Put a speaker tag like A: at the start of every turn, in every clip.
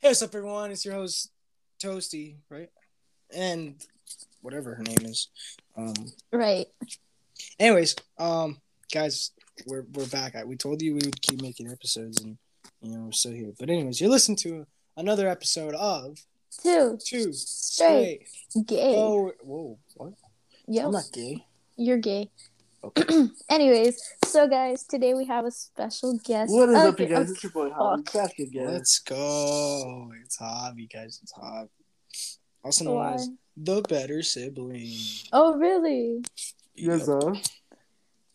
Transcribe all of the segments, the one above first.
A: What's up, everyone? It's your host, Toasty, right? And whatever her name is. Um,
B: Right.
A: anyways, um, guys, we're we're back. I, we told you we would keep making episodes, and you know we're still here. But anyways, you're listening to another episode of
B: Two.
A: Two
B: Straight. Gay.
A: Oh, whoa, what?
B: yep.
A: I'm not gay.
B: You're gay.
A: Okay.
B: Anyways, so guys, today we have a special guest.
C: What is up,
B: Okay,
C: you guys?
B: okay.
C: It's your boy Holly
B: fuck.
C: back again.
A: Let's go. It's hobby, guys. It's hobby. Also known
B: Why?
A: as the better sibling.
B: Oh, really?
C: Yes, sir.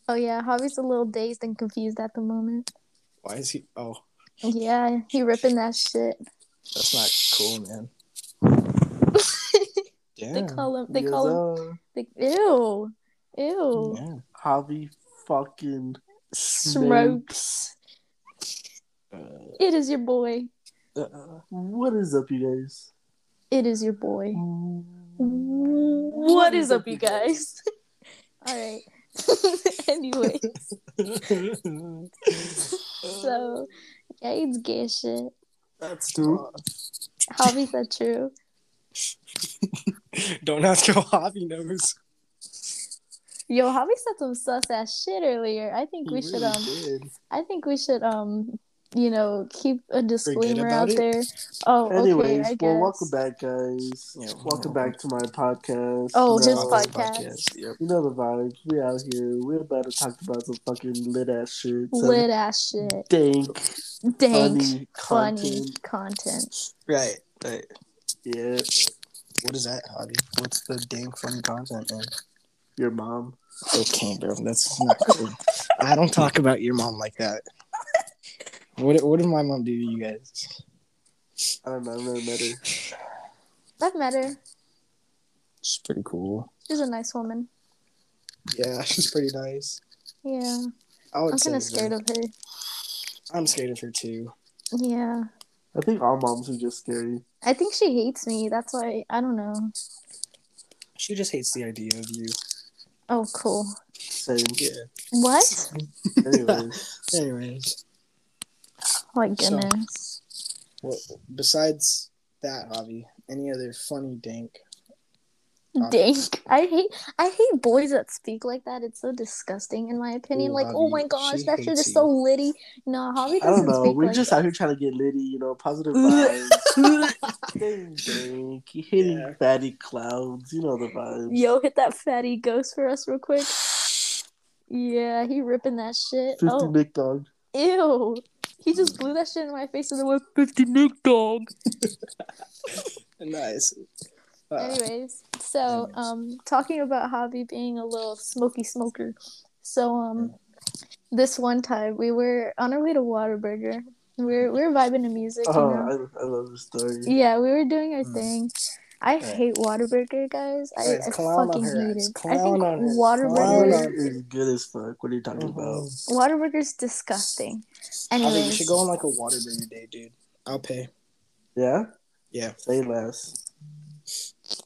B: Oh, yeah. Javi's a little dazed and confused at the moment.
A: Why is he? Oh,
B: Yeah, he ripping that shit.
A: that's not cool, man. Yeah.
B: They call him. They
C: yes,
B: call him.
C: sir.
B: They, ew. Ew.
A: Yeah.
C: Javi fucking.
B: Strokes.
A: Uh,
B: It is your boy.
A: uh,
C: What is up, you guys?
B: It is your boy. What is up, you guys? All right. anyway, so yeah, it's gay shit.
A: That's
C: True.
B: Javi said true.
A: Don't ask how hobby knows.
B: Yo, Javi said some sus ass shit earlier. I think we should um I think we should um you know keep a disclaimer
A: about
B: out
A: it?
B: there. Oh okay,
C: Anyways,
B: I guess.
C: well, welcome back, guys.
A: Yeah,
C: welcome
A: welcome.
C: back to my podcast.
B: Oh,
C: You
B: his
C: know-
B: podcast.
A: Yep.
C: You know the vibes. We out here. We're about to talk about some fucking lit ass shit. some
B: Lit ass shit.
C: Dank,
B: Dank
C: funny,
B: funny
C: content.
B: content.
A: Right. Right.
C: Yeah,
A: What is that, hobby? What's the dang funny content, man?
C: your mom.
A: Okay, bro. That's not cool. I don't talk about your mom like that. What What did my mom do to you guys?
C: I don't know. I've never met her.
B: I've met her.
A: She's pretty cool.
B: She's a nice woman.
A: Yeah, she's pretty nice.
B: Yeah.
A: I would
B: I'm
A: say
B: kinda
A: so.
B: scared of her.
A: I'm scared of her too.
B: Yeah.
C: I think all moms are just scary.
B: I think she hates me. That's why I don't know.
A: She just hates the idea of you.
B: Oh cool.
C: Same.
A: Yeah.
B: What?
C: Anyways,
A: Anyways.
B: Oh my
A: So-
B: goodness.
A: Well, besides that hobby, any other funny dank? uh,
B: Dank. I hate I hate boys that speak like that. It's so disgusting in my opinion.
A: Ooh,
B: like, oh
A: Javi,
B: my
A: she
B: gosh, that shit
A: hates
B: is so litty. No, Javi
C: I don't
B: doesn't
C: know.
B: speak
C: We're
B: like
C: just
B: that.
C: out here trying to get litty, you know, positive vibes. Dang, dang, hitting
A: Yeah.
C: fatty clouds. You know the vibes.
B: Yo, hit that fatty ghost for us real quick. Yeah, he ripping that shit.
C: 50
B: Oh,
C: Nick Dog.
B: ew. He just blew that shit in my face and then went, 50 Nick dog.
A: nice. Uh,
B: Anyways, so
A: anyways.
B: um talking about Javi being a little smoky smoker. So um this one time we were on our way to Waterburger. We're we're vibing to music, you
C: Oh,
B: know.
C: I, I love this story.
B: Yeah, we were doing our
A: Mm.
B: thing. I
A: Right.
B: hate Waterburger, guys. I,
A: Guys,
B: I
A: clown on
B: fucking
A: her
B: hate
A: ass.
B: it. I
A: Clown on
B: think
A: her. Clown
B: Waterburger
A: on-
C: Waterburger is good as fuck. What are you talking about?
B: Mm-hmm.
A: mhm.
B: Waterburger's disgusting.
A: Hobby, you should
B: Anyways,
A: go on like a water burger day, dude. I'll pay.
C: Yeah?
A: Yeah.
C: Say less.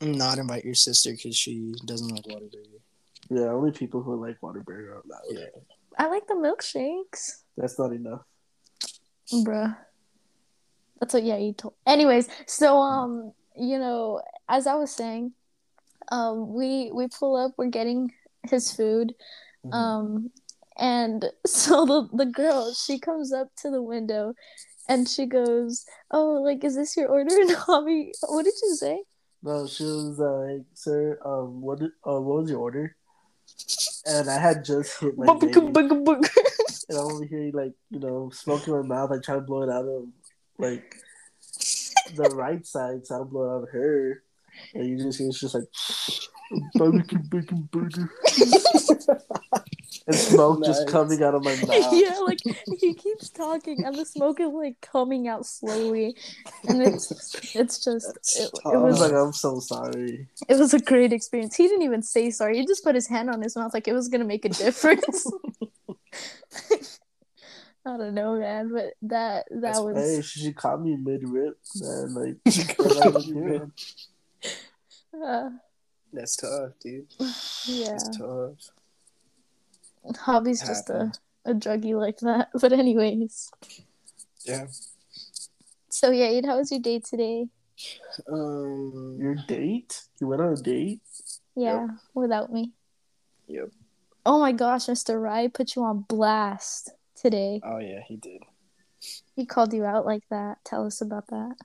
A: Not invite your sister because she doesn't like water burger.
C: Yeah, only people who like Waterburger are allowed.
A: Yeah.
B: I like the milkshakes,
C: That's not enough.
B: bruh. That's what yeah you told. Anyways, so um, you know, as I was saying, um, we we pull up, we're getting his food,
C: Mm-hmm.
B: Um, and so the, the girl, she comes up to the window and she goes, Oh, like, is this your order? And Javi, what did you say?
C: No, she was like, "Sir, um, what did, uh, what was your order?" And I had just hit my baby,
B: Bugga,
C: and
B: bugga, bugga.
C: I'm over here like, you know, smoking my mouth. I try to blow it out of like the right side, so I don't blow it out of her. And you just, it's just like barbecue, bacon, burger, and smoke just
A: Nice.
C: coming out of my mouth.
B: yeah, like, he keeps talking and the smoke is like coming out slowly. And it's, it's just, it, it,
C: I was
B: was,
C: like, "I'm so sorry."
B: it was a great experience. He didn't even say sorry, he just put his hand on his mouth like it was gonna make a difference. I don't know, man, but that that
A: That's
B: was
C: Hey, she, she caught me mid rip, man. Like,
B: Uh,
A: That's tough, dude.
B: yeah,
A: That's tough.
B: Hobby's just a, a druggie like that. But anyways,
A: Yeah.
B: So yeah, Ian, how was your day today?
A: Um,
C: Your date? You went on a date?
B: Yeah, without me.
A: Yep.
B: Oh my gosh, Mr. Rye put you on blast today.
A: oh yeah, he did.
B: He called you out like that. Tell us about that.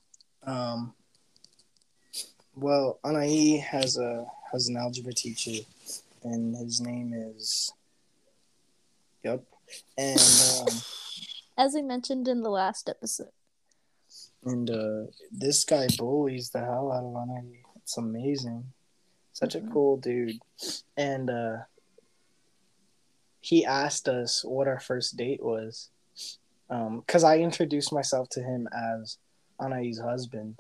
A: Um, well, Anai has a has an algebra teacher, and his name is. Yep, and um,
B: As we mentioned in the last episode.
A: and uh, this guy bullies the hell out of Anai. It's amazing. Such a
B: Mhm.
A: cool dude, and uh, he asked us what our first date was, because I introduced myself to him as Anai's husband,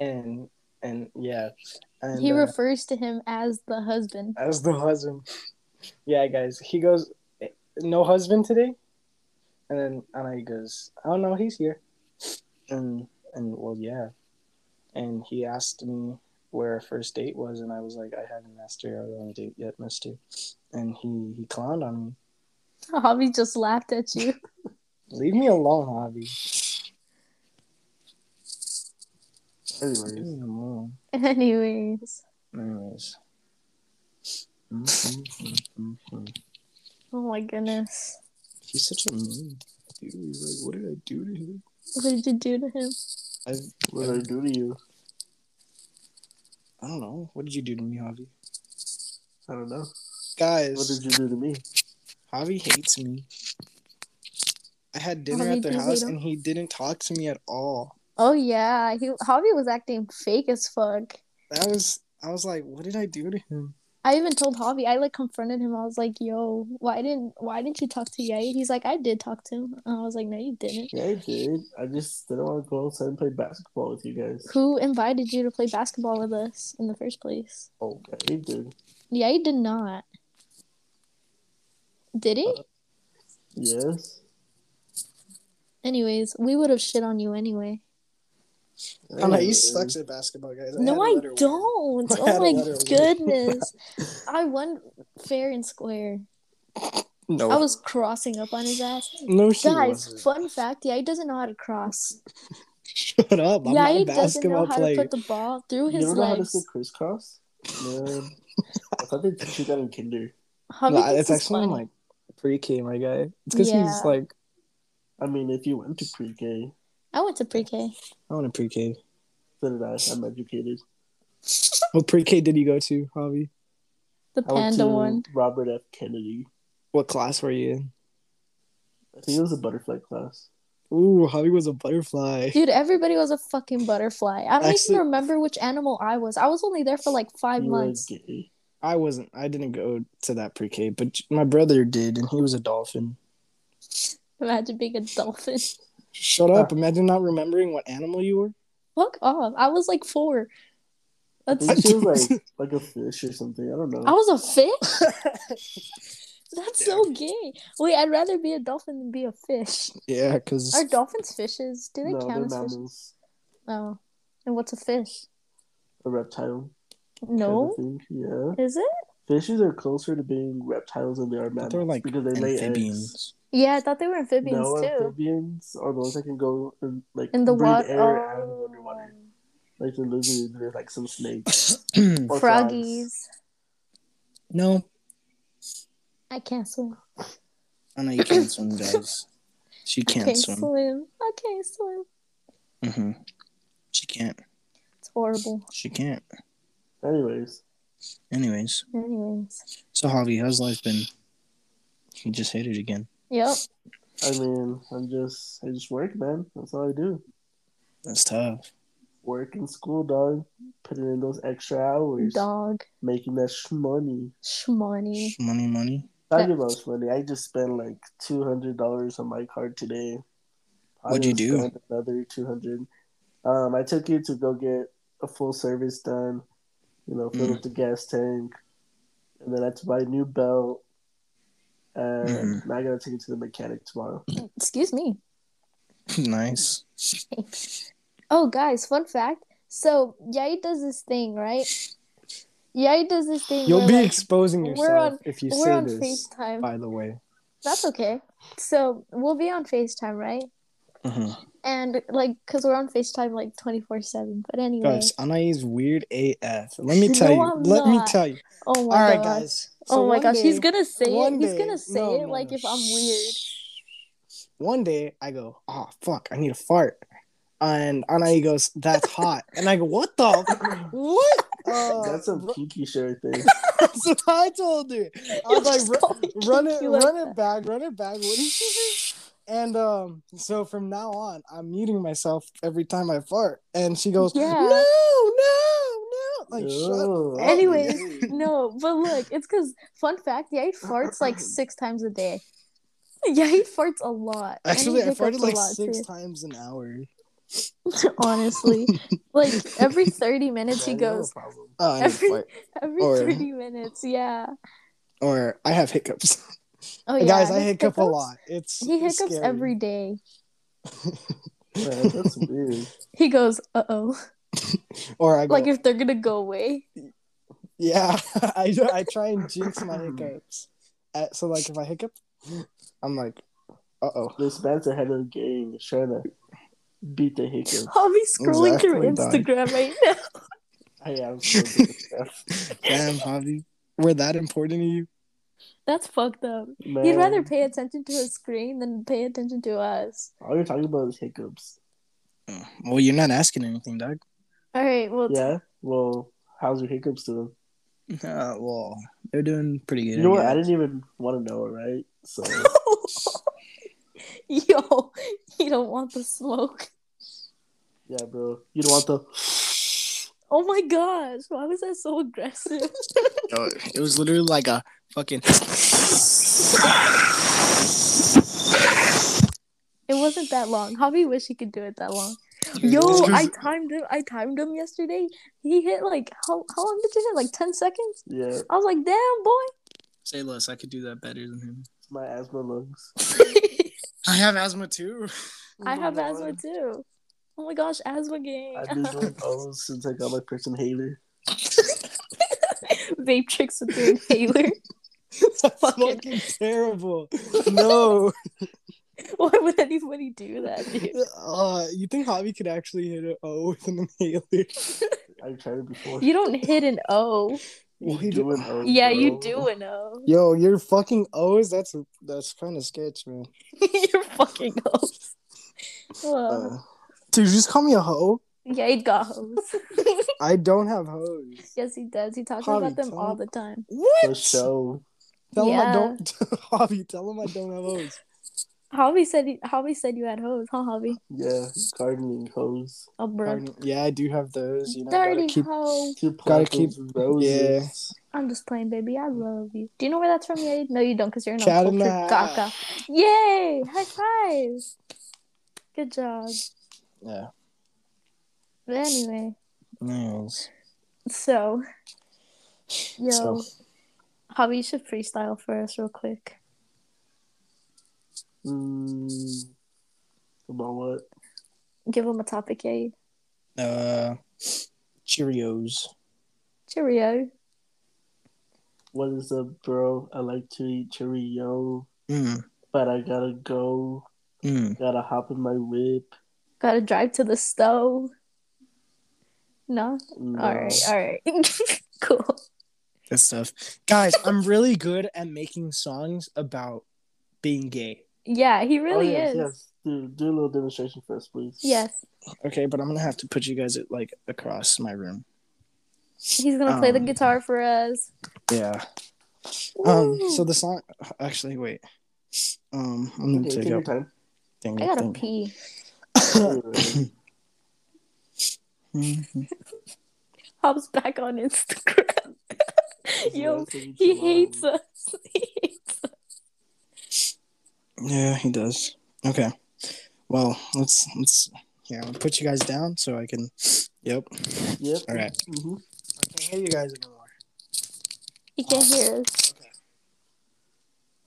A: and and yeah, and
B: he
A: uh,
B: refers to him as the husband.
A: as the husband. Yeah, guys. He goes, no husband today, and then and he goes, I don't know, he's here, and and well, yeah, and he asked me where our first date was, and I was like, I haven't asked her out on a date yet, Mister, and he he clowned on me.
B: Hobby just laughed at you.
A: Leave me alone, Javi. Leave
C: Anyways.
A: me alone.
B: Anyways.
A: Anyways. Mm-hmm,
B: Oh my goodness.
A: He's such a mean dude. Like, what did I do to him?
B: What did you do to him?
A: I've
C: What did I do to you?
A: I don't know. What did you do to me, Javi?
C: I don't know.
A: Guys,
C: What did you do to me?
A: Javi hates me. I had dinner
B: Javi,
A: at their
B: please
A: house
B: leave him.
A: and he didn't talk to me at all.
B: Oh yeah, he Hobby was acting fake as fuck.
A: That was I was like, what did I do to him?
B: I even told Javi, I like confronted him. I was like, "Yo, why didn't why didn't you talk to Yai?" He's like, "I did talk to him." And I was like, "No, you didn't."
C: Yeah, I did. I just didn't want to go outside and play basketball with you guys.
B: Who invited you to play basketball with us in the first place?
C: Oh, yeah, you did.
B: Yai did not. Did he?
A: Uh,
C: Yes.
B: Anyways, we would have shit on you anyway.
A: I don't know, he sucks at basketball, guys.
B: no,
A: had to
B: I
A: let her win.
B: don't.
A: I had
B: oh
A: to
B: my
A: let her win.
B: goodness. I won fair and square.
A: No,
B: I was crossing up on his ass.
A: Oh. no, he
B: Guys,
A: wasn't.
B: fun fact, Yai doesn't know how to cross.
A: Shut up! I'm
B: Yai
A: not a
B: doesn't
A: basketball
B: know how
A: player.
B: to put the ball through
C: You
B: his
C: don't know how to
B: legs.
C: say crisscross? Man. I thought they teach you that in kinder.
B: Hubby
A: No,
B: thinks
A: it's actually in,
B: funny.
A: like pre-K, my guy. It's because
B: Yeah.
A: he's like,
C: I mean, if you went to pre-K,
B: I went to pre-K.
A: I want a pre-K.
C: so did I. I'm educated.
A: What pre-K did you go to, Javi?
B: The
C: I went to
B: panda one.
C: Robert F. Kennedy.
A: What class were you in?
C: I think it was a butterfly class.
A: Ooh, Javi was a butterfly.
B: Dude, everybody was a fucking butterfly. I don't
A: Actually-
B: even remember which animal I was. I was only there for like five
C: You were
B: months.
C: gay.
A: I wasn't. I didn't go to that pre-K, but my brother did, and he was a dolphin.
B: Imagine being a dolphin.
A: Shut up! Uh, Imagine not remembering what animal you were.
B: Fuck off. I was like four.
C: I
B: That's
C: think she was like like a fish or something. I don't know.
B: I was a fish? That's so gay. Wait, I'd rather be a dolphin than be a fish.
A: Yeah, because
B: Are dolphins fishes? Do they
C: no, they're
B: count as fishes?
C: mammals.
B: Oh. And what's a fish?
C: A reptile.
B: No?
C: Kind of thing. Yeah.
B: Is it?
C: Fishes are closer to being reptiles than they are mammals.
A: they're like
C: because they lay eggs.
A: amphibians.
B: Yeah, I thought they were amphibians
C: No,
B: too.
C: amphibians are the ones that can go and like
B: In the
C: breathe
B: water. Oh.
C: air and go underwater. Like the lizards, there's like some snakes. or frogs.
B: Froggies.
A: no,
B: I can't swim.
A: I know you can't swim, guys. She can't
B: can't
A: swim.
B: swim. I can't swim.
A: hmm She can't.
B: It's horrible.
A: She can't.
C: Anyways,
A: Anyways,
B: Anyways.
A: so Javi, how's life been? You just hit it again.
B: Yep.
C: I mean, I'm just I just work, man. That's all I do.
A: That's tough.
C: Work and school, dog. Putting in those extra hours,
B: Dog.
C: making that sh money.
B: Shmoney.
A: Money, money.
C: Talking about sh money, I just spent like two hundred dollars on my card today.
A: What'd you do?
C: spend Another two hundred. Um, I took you to go get a full service done. You know, fill
A: Mm-hmm.
C: up the gas tank, and then I had to buy a new belt. And
A: Mhm.
C: now I gotta take it to the mechanic tomorrow.
A: Uh,
B: Excuse me.
A: nice.
B: Oh, guys, fun fact. So, Yai does this thing, right? Yai does this thing.
A: You'll
B: where,
A: be
B: like,
A: exposing
B: we're
A: yourself
B: on-
A: if you
B: we're
A: say
B: on
A: this.
B: FaceTime.
A: By the way.
B: That's okay. So, we'll be on FaceTime, right?
A: Mhm.
B: and like because we're on FaceTime like twenty four seven. But anyway,
A: Guys, Anai's weird AF. Let me
B: No,
A: tell you.
B: I'm
A: Let me
B: not.
A: tell you.
B: oh my
A: All right,
B: god,
A: guys.
B: oh my
A: one
B: gosh, he's
A: day-
B: gonna say it.
A: one
B: He's
A: day-
B: gonna say
A: no,
B: it
A: no,
B: like
A: no.
B: if I'm weird.
A: One day I go, oh fuck, I need a fart. And Anai goes, that's hot. And I go, what the? what? Uh,
C: That's a pinky shirt thing.
A: that's what I told her. I
B: You'll
A: was like,
B: just
A: "Ru-
B: call me
A: run it,
B: Kiki like
A: run
B: that.
A: it back, run it back. What did she say? And um, so from now on, I'm muting myself every time I fart, and she goes,
B: Yeah.
A: "No, no, no!" Like,
C: Oh.
A: shut up.
B: Anyways, No, but look, it's because fun fact, yeah, he farts like six times a day. Yeah, he farts a lot. and he
A: actually, I
B: hiccups
A: farted
B: a
A: like
B: lot,
A: six
B: too.
A: times an hour.
B: Honestly, like every thirty minutes he
C: Yeah, no
B: goes.
C: problem.
A: Oh, I didn't
B: Every-
A: fart.
B: Every
A: Or-
B: thirty minutes, yeah.
A: or I have hiccups.
B: Oh yeah,
A: Guys, I
B: his
A: hiccup a
B: hiccups-
A: lot. It's
B: He hiccups
A: scary.
B: every day.
C: Man, that's weird.
B: He goes, "Uh oh,"
A: or I go,
B: like if they're gonna go away.
A: yeah. I I try and jinx my hiccups. Uh, so like if I hiccup, I'm like, uh oh.
C: This man's ahead of the game. He's trying to beat the hiccup.
B: I'll be scrolling through
A: Exactly,
B: Instagram right now.
C: I am so good.
A: Damn, Javi, we're that important to you?
B: That's fucked up.
C: Man,
B: He'd rather pay attention to his screen than pay attention to us.
C: all you're talking about is hiccups.
A: Mm. Well, you're not asking anything, Doug.
B: All right, well,
C: Yeah. Well, how's your hiccups doing?
A: Uh, well, they're doing pretty good.
C: You know what?
A: guess.
C: I didn't even want to know, right? So
B: yo, you don't want the smoke.
C: yeah, bro. You don't want the.
B: Oh my gosh, why was that so aggressive?
A: No, it was literally like a fucking.
B: It wasn't that long. Javi wish he could do it that long. Yo, I timed him. I timed him yesterday. He hit like how how long did you hit? Like ten seconds.
C: Yeah,
B: I was like, damn boy.
A: say less. I could do that better than him.
C: it's my asthma lungs.
A: I have asthma too.
B: I have
C: Oh my
B: asthma
C: God.
B: too. Oh my gosh, asthma gang.
C: I've been doing those since I got my first inhaler.
B: Vape tricks with your inhaler.
A: That's
B: Fucking-
A: fucking terrible. No.
B: Why would anybody do that, dude?
A: Uh, you think Javi could actually hit a O with an inhaler?
C: I tried it before.
B: You don't hit an O.
A: Well, he
C: do
A: did-
C: an O,
B: Yeah, you
C: bro.
B: do an O.
A: Yo, your fucking O's. That's that's kind of sketch, man.
B: You're fucking hoes. Well,
A: Uh, dude, you just call me a hoe.
B: yeah, he got hoes.
A: I don't have hoes.
B: yes, he does. He talks
A: Javi,
B: about them
A: tell
B: all
A: me-
B: the time.
A: What?
C: For show.
A: Tell him
B: Yeah.
A: I don't. Javi, tell him I don't have hoes.
B: Javi said. He, Javi said you had hoes, huh, Javi?
C: Yeah, gardening hose.
B: Oh, bro.
A: Pardon- Yeah, I do have those. You know, gotta
B: Dirty
A: keep.
B: hoe.
C: Two
A: Gotta
C: platforms with roses.
B: I'm just playing, baby. I love you. Do you know where that's from, Yay? No, you don't, because you're an
A: Cat in
B: uncultured
A: the hat.
B: caca. Yay! High five! Good job.
A: Yeah.
B: But anyway,
A: Anyways,
B: so, yo,
A: So.
B: Javi, you should freestyle for us real quick.
C: Mm, about what?
B: Give him a topic, Yay.
A: uh, Cheerios.
B: Cheerio.
C: What is up, bro? I like to eat Cheerio,
A: Mm,
C: but I gotta go.
A: mm.
C: Gotta hop in my whip.
B: Gotta drive to the stove. No?
C: No.
B: All right, all right. cool.
A: Good stuff, guys. I'm really good at making songs about being gay.
B: Yeah, he
C: Oh,
B: really
C: yes,
B: is.
C: yes. Dude, do a little demonstration first, please.
B: Yes.
A: Okay, but I'm gonna have to put you guys at like across my room.
B: He's gonna play the
A: Um,
B: guitar for us.
A: Yeah. Um.
B: Woo!
A: So the song. Actually, wait. Um. I'm gonna
C: Okay,
A: take
C: take your
A: up.
C: time.
A: Dang
B: I
A: it,
B: gotta
A: dang it.
B: pee.
A: Mhm.
B: Hops back on Instagram. Yo,
C: Yes, it'll be
B: he
C: too
B: hates
C: long.
B: us. He hates us.
A: Yeah, he does. Okay. Well, let's let's. Yeah, I'll put you guys down so I can. Yep.
C: Yep.
A: All right.
C: hmm
A: I can't hear you guys anymore.
B: He can't hear us.
A: Okay.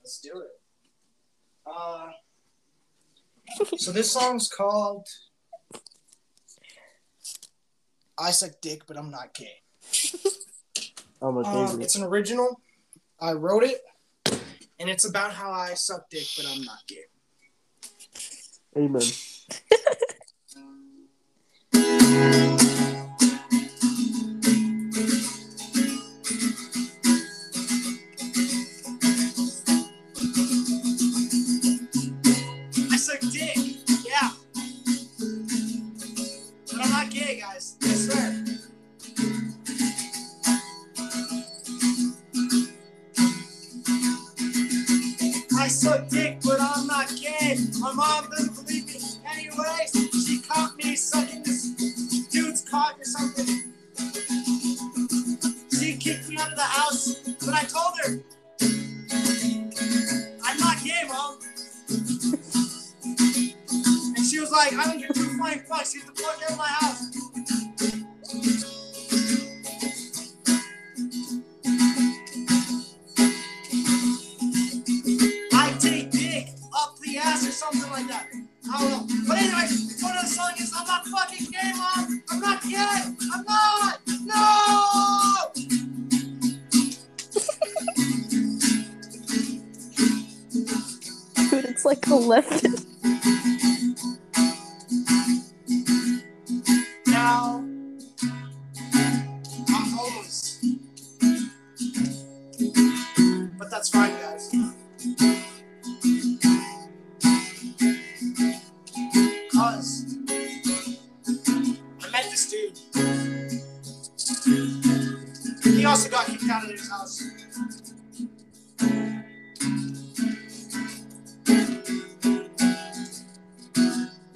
A: Let's do it. Uh, so this song's called I Suck Dick, but I'm Not Gay.
C: Oh, my
A: Um,
C: favorite.
A: it's an original. I wrote it, and it's about how I suck dick, but I'm not gay.
C: Amen.
D: I suck dick. Yeah. But I'm not gay, guys. I swear. I suck dick, but I'm not gay. My mom doesn't believe me. Anyways, she caught me sucking this dude's cock or something. She kicked me out of the house, but I told her. I'm not gay, mom. And she was like, I don't give two flying fucks. You have to fuck out of my house. I take dick up the ass or something like that. I don't know. But anyway, the point of the song is I'm not fucking gay, mom. I'm not gay. I'm not. No.
B: Dude, it's like 11.
D: Now I'm homeless. But that's fine, guys. Cause I met this dude. He also got kicked out of his house.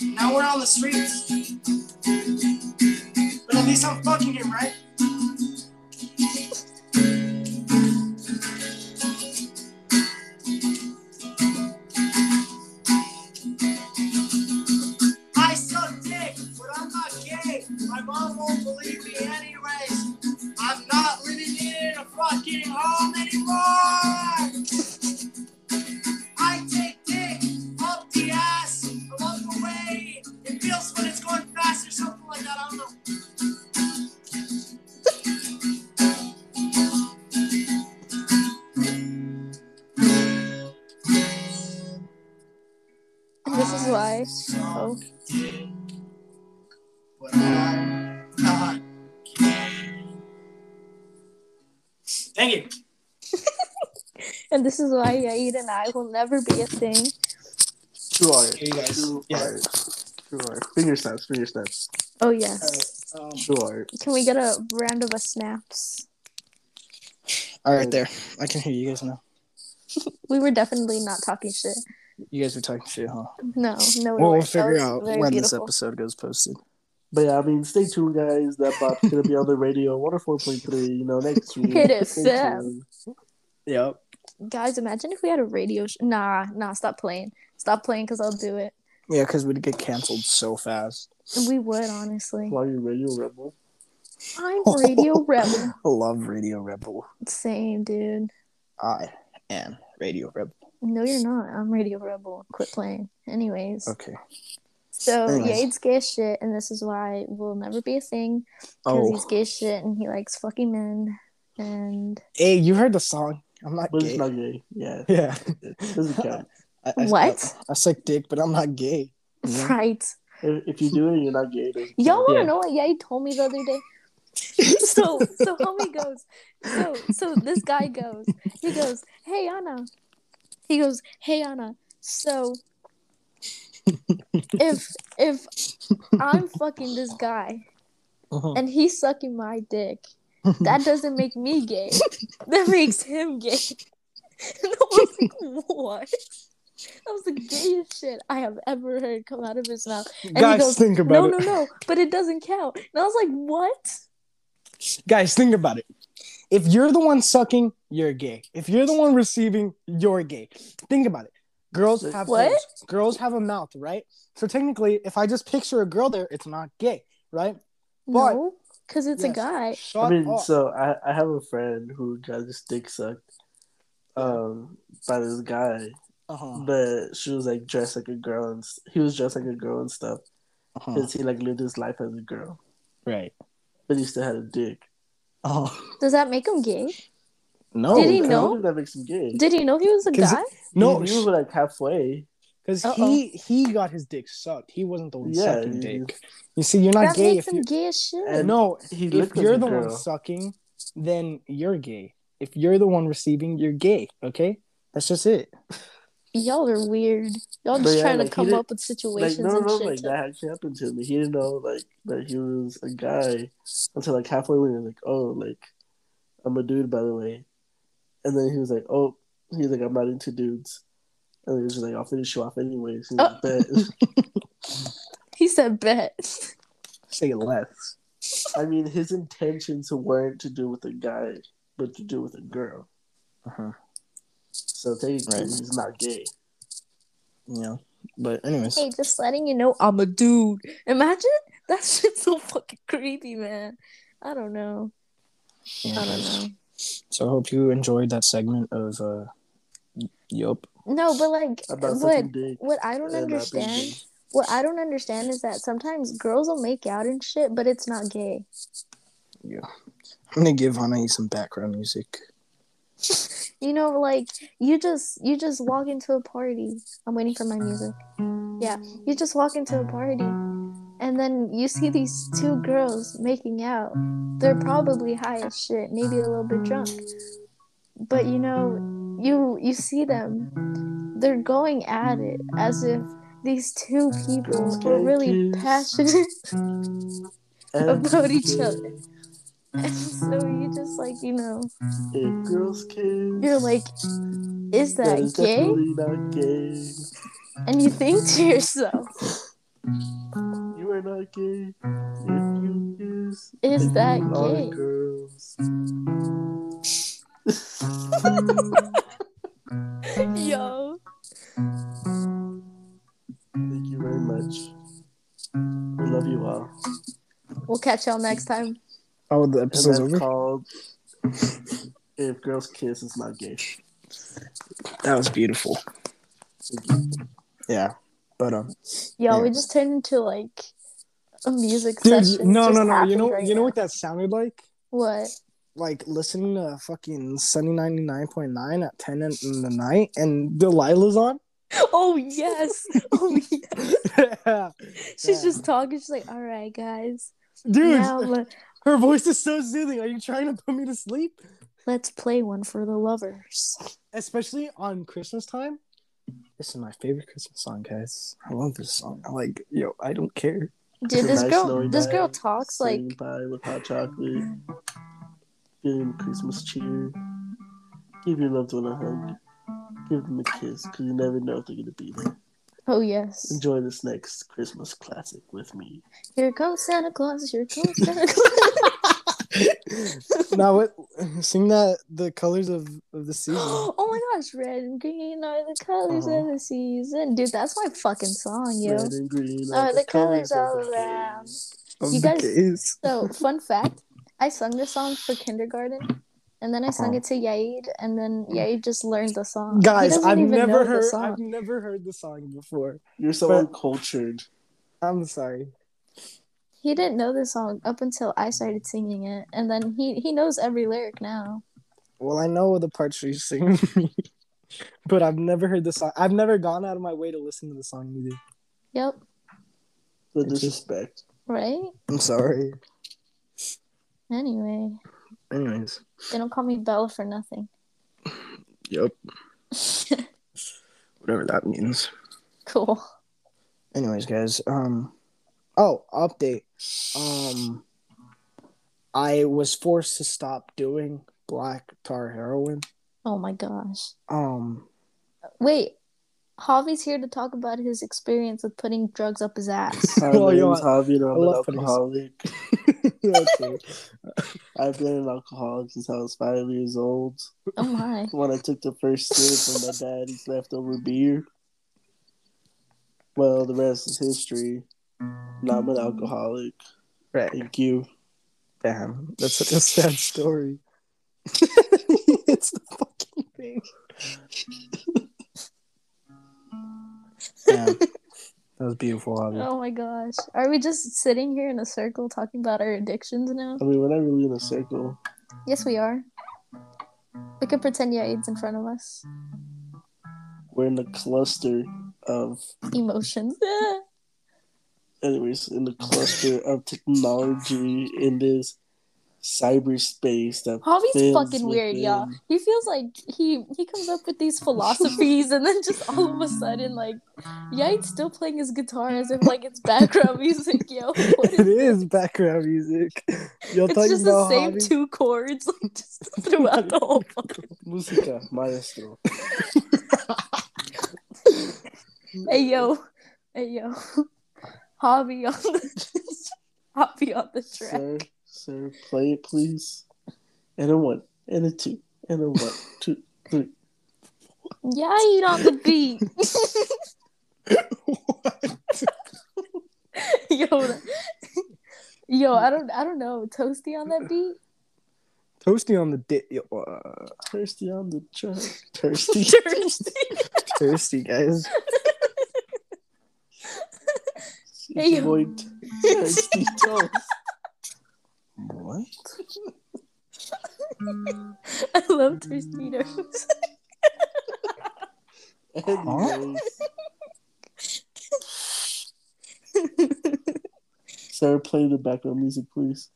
D: Now we're on the streets. But at least I'm fucking him, right? I suck dick, but I'm not gay. My mom won't believe me anyways. I'm not living in a fucking home anymore. I take dick up the ass, along the way. It feels when it's going fast or something like that. I don't know.
B: And this is why. Oh.
D: But I'm not gay. Dang it.
B: And this is why Yair and I will never be a thing.
C: True artist.
A: Hey, guys.
C: True
A: Yeah.
C: artist. True art. Finger snaps. Finger snaps.
B: Oh, yeah.
A: Um,
C: True art.
B: Can we get a round of a snaps?
A: all right, there. I can hear you guys now.
B: We were definitely not talking shit.
A: You guys were talking shit, huh?
B: No, no. we
A: Well, we'll
B: weren't. That
A: figure
B: was
A: out
B: very
A: when this
B: beautiful.
A: episode goes posted.
C: But yeah, I mean, stay tuned, guys. That bot's gonna be on the radio, one hundred four point three. You know, next week.
B: Hit it,
C: Stay
B: Sam.
C: tuned.
A: Yep.
B: Guys, imagine if we had a radio. Sh- nah, nah. Stop playing. Stop playing, cause I'll do it.
A: Yeah, because we'd get canceled so fast.
B: We would honestly.
C: Why are you radio rebel?
B: I'm Radio Rebel.
A: I love Radio Rebel.
B: Same, dude.
A: I am Radio Rebel.
B: No, you're not. I'm Radio Rebel. Quit playing. Anyways,
A: Okay.
B: so
A: anyways.
B: Yade's gay as shit, and this is why we'll never be a thing. Cause
A: Oh,
B: he's gay as shit, and he likes fucking men. And
A: hey, you heard the song. I'm not
C: But
A: gay.
C: it's not gay. Yeah,
A: Yeah.
C: doesn't count.
A: I, I-
B: what?
A: I, suck dick, but I'm not gay. Yeah.
B: Right.
C: If, if you do it, you're not gay. It doesn't
B: Y'all
C: count.
B: want to
A: Yeah.
B: know what Yay told me the other day? so so homie goes, so so this guy goes, he goes, hey Anna, he goes, hey Anna. So if if I'm fucking this guy
A: Mhm.
B: and he's sucking my dick, that doesn't make me gay. That makes him gay. And I was like, what? That was the gayest shit I have ever heard come out of his mouth he
A: Guys,
B: goes,
A: think about it.
B: no, no, no, but it doesn't count. And I was like, what?
A: Guys, think about it. If you're the one sucking, you're gay. If you're the one receiving, you're gay. Think about it. Girls have
B: What?
A: holes. girls have a mouth, right? So technically, if I just picture a girl there, it's not gay, right? But-
B: no, because it's a
A: Yes.
B: guy.
A: Shut
C: I mean,
A: up.
C: so I, I have a friend who got his dick sucked um, by this guy,
A: uh-huh.
C: but she was like dressed like a girl, and s- he was dressed like a girl and stuff
A: Uh-huh.
C: because he like lived his life as a girl,
A: Right.
C: but he still had a dick. Oh,
A: uh
B: Does that make him gay?
A: No.
B: Did he
C: I
B: know?
C: wonder if that makes him gay?
B: Did he know he was a
A: 'Cause-
B: guy?
A: no.
C: he
A: sh-
C: knew like halfway.
A: Because
B: Uh-oh.
A: he he got his dick sucked. He wasn't the one
C: Yeah,
A: sucking
C: you-
A: dick. You see, you're not
B: That
A: gay
B: makes
A: if
B: him
A: you
B: gay as shit.
C: And-
A: no.
C: He
A: If
C: looked at
A: you're
C: the
A: the one
C: girl.
A: sucking, then you're gay. If you're the one receiving, you're gay. Okay, that's just it.
B: Y'all are weird. Y'all
C: But
B: just
C: yeah,
B: trying
C: like,
B: to
C: he
B: come
C: did-
B: up with situations
C: Like no,
B: and
C: no,
B: shit.
C: like
B: to-
C: that actually happened to him. He didn't know like that he was a guy until like halfway when he was like, oh, like I'm a dude by the way, and then he was like, oh, he's like I'm not into dudes, and he was just like I'll finish you off anyways. And he
B: Oh.
C: was like, "Bet."
B: He said bet.
A: Say less.
C: I mean, his intentions weren't to do with a guy, but to do with a girl.
A: Uh-huh.
C: So technically,
A: Right.
C: he's not gay.
A: You know. But anyways,
B: hey, just letting you know I'm a dude. Imagine that shit's so fucking creepy, man. I don't know.
A: yeah,
B: I don't
A: guys.
B: know.
A: So I hope you enjoyed that segment of uh, Yup.
B: No, but like
C: About
B: what
C: sucking dick.
B: what I don't
C: and not being
B: understand
C: gay.
B: what I don't understand is that sometimes girls will make out and shit, but it's not gay.
A: I'm gonna give Hanae some background music.
B: You know, like you just you just walk into a party. I'm waiting for my music. Yeah, you just walk into a party, and then you see these two girls making out. They're probably high as shit, maybe a little bit drunk. But you know, you you see them. They're going at it as if these two people were really
C: Thank you.
B: passionate
C: And
B: about each other. And so you just like you know,
C: If girls kiss,
B: you're like, is that
C: is
B: gay?
C: definitely not gay.
B: And you think to yourself,
C: You are not gay. If you kiss,
A: Mm-hmm.
B: is that
C: you are
B: gay?
C: girls.
B: Yo.
C: Thank you very much. We love you all.
B: We'll catch y'all next time.
A: Oh, the
C: And
A: episode's
C: that's
A: over.
C: called If Girls Kiss, It's Not Gay.
A: That was beautiful.
C: Thank you.
A: Yeah, but um,
B: Yo, we
A: Yeah.
B: just turned into like a music
A: dude,
B: session.
A: no, no,
B: It's just
A: no. You know,
B: happened right
A: you know
B: now.
A: what that sounded like?
B: What?
A: Like listening to fucking Sunny ninety nine point nine at ten in in the night, and Delilah's on.
B: Oh yes. Oh yeah.
A: yeah.
B: She's
A: Yeah.
B: just talking. She's like, all right, guys.
A: Dude,
B: Now le-
A: her voice is so soothing. Are you trying to put me to sleep?
B: let's play one for the lovers.
A: Especially on Christmas time. This is my favorite Christmas song, guys. I love this song. I like, yo, I don't care.
B: Dude, this
C: Nice
B: girl
C: knowing
B: this girl
C: that.
B: talks
C: Sweet
B: like
C: pie with hot chocolate. Give him Christmas cheer. Give your loved one a hug. Give them a kiss, because you never know if they're going to be there.
B: oh yes.
C: Enjoy this next Christmas classic with me.
B: Here comes Santa Claus, here comes Santa Claus.
A: now, what? Sing that the colors of, of the season.
B: oh my gosh, red and green are the colors
A: Uh-huh.
B: of the season. Dude, that's my fucking song, yo.
C: Red and green
B: Oh, the colors all around.
A: of
B: You
A: the
B: guys-
A: gays.
B: So, fun fact I sung this song for kindergarten, and then I sung it to Yair, and then Yair just learned the song. He
A: Guys,
B: doesn't
A: I've
B: even know
A: never
B: the
A: heard.
B: song.
A: I've never heard the song before.
C: You're so
A: But-
C: uncultured.
A: I'm sorry.
B: He didn't know the song up until I started singing it, and then he, he knows every lyric now.
A: Well, I know the parts she's singing, but I've never heard the song. I've never gone out of my way to listen to the song either.
B: Yep,
C: The
A: It's just-
C: disrespect.
B: right?
A: I'm sorry.
B: Anyway,
A: Anyways,
B: they don't call me Bella for nothing.
A: yep, whatever that means.
B: cool.
A: anyways guys um oh update um i was forced to stop doing black tar heroin
B: Oh my gosh.
A: um
B: Wait, Javi's here to talk about his experience with putting drugs up his ass.
C: Hi,
A: Oh,
C: my
A: yo,
C: name's Javi, and
A: I
C: I'm an
A: love funnies.
C: alcoholic.
A: okay.
C: I've been an alcoholic since I was five years old.
B: oh my.
C: when I took the first sip of my daddy's leftover beer. Well, the rest is history. Now I'm an alcoholic.
A: right
C: Thank you.
A: damn that's such a sad story it's the fucking thing Damn. that was beautiful Javi.
B: Oh my gosh. Are we just sitting here in a circle talking about our addictions now?
C: I mean, we're not really in a circle.
B: Yes, we are. We could pretend Yaid's in front of us.
C: We're in a cluster of
B: Emotions.
C: anyways in the cluster of technology in this cyberspace that
B: Javi's
C: fails
B: fucking weird,
C: within-
B: y'all. He feels like he he comes up with these philosophies and then just all of a sudden like yeah, he's still playing his guitar as if like it's background music, yo. What is
A: it is background music. You're
B: it's
A: talking
B: just the
A: about
B: same
A: Javi?
B: two chords like just throughout the whole fucking
C: Música, maestro.
B: Hey yo. Hey yo. Hobby on the Hobby on the track.
C: Sir, sir, play it, please. And a one, and a two, and a one, two, three.
B: Yeah, I eat on the beat. yo, that- yo, I don't, I don't know. Toasty on that beat.
A: Toasty on the dip. Yo, uh,
C: Thirsty on the track. Thirsty.
B: Thirsty.
A: thirsty guys.
B: Hey, yo.
C: Void. Thirsty toes.
A: What?
B: I love thirsty nose.
C: Anyways. Sir, play the background music, please.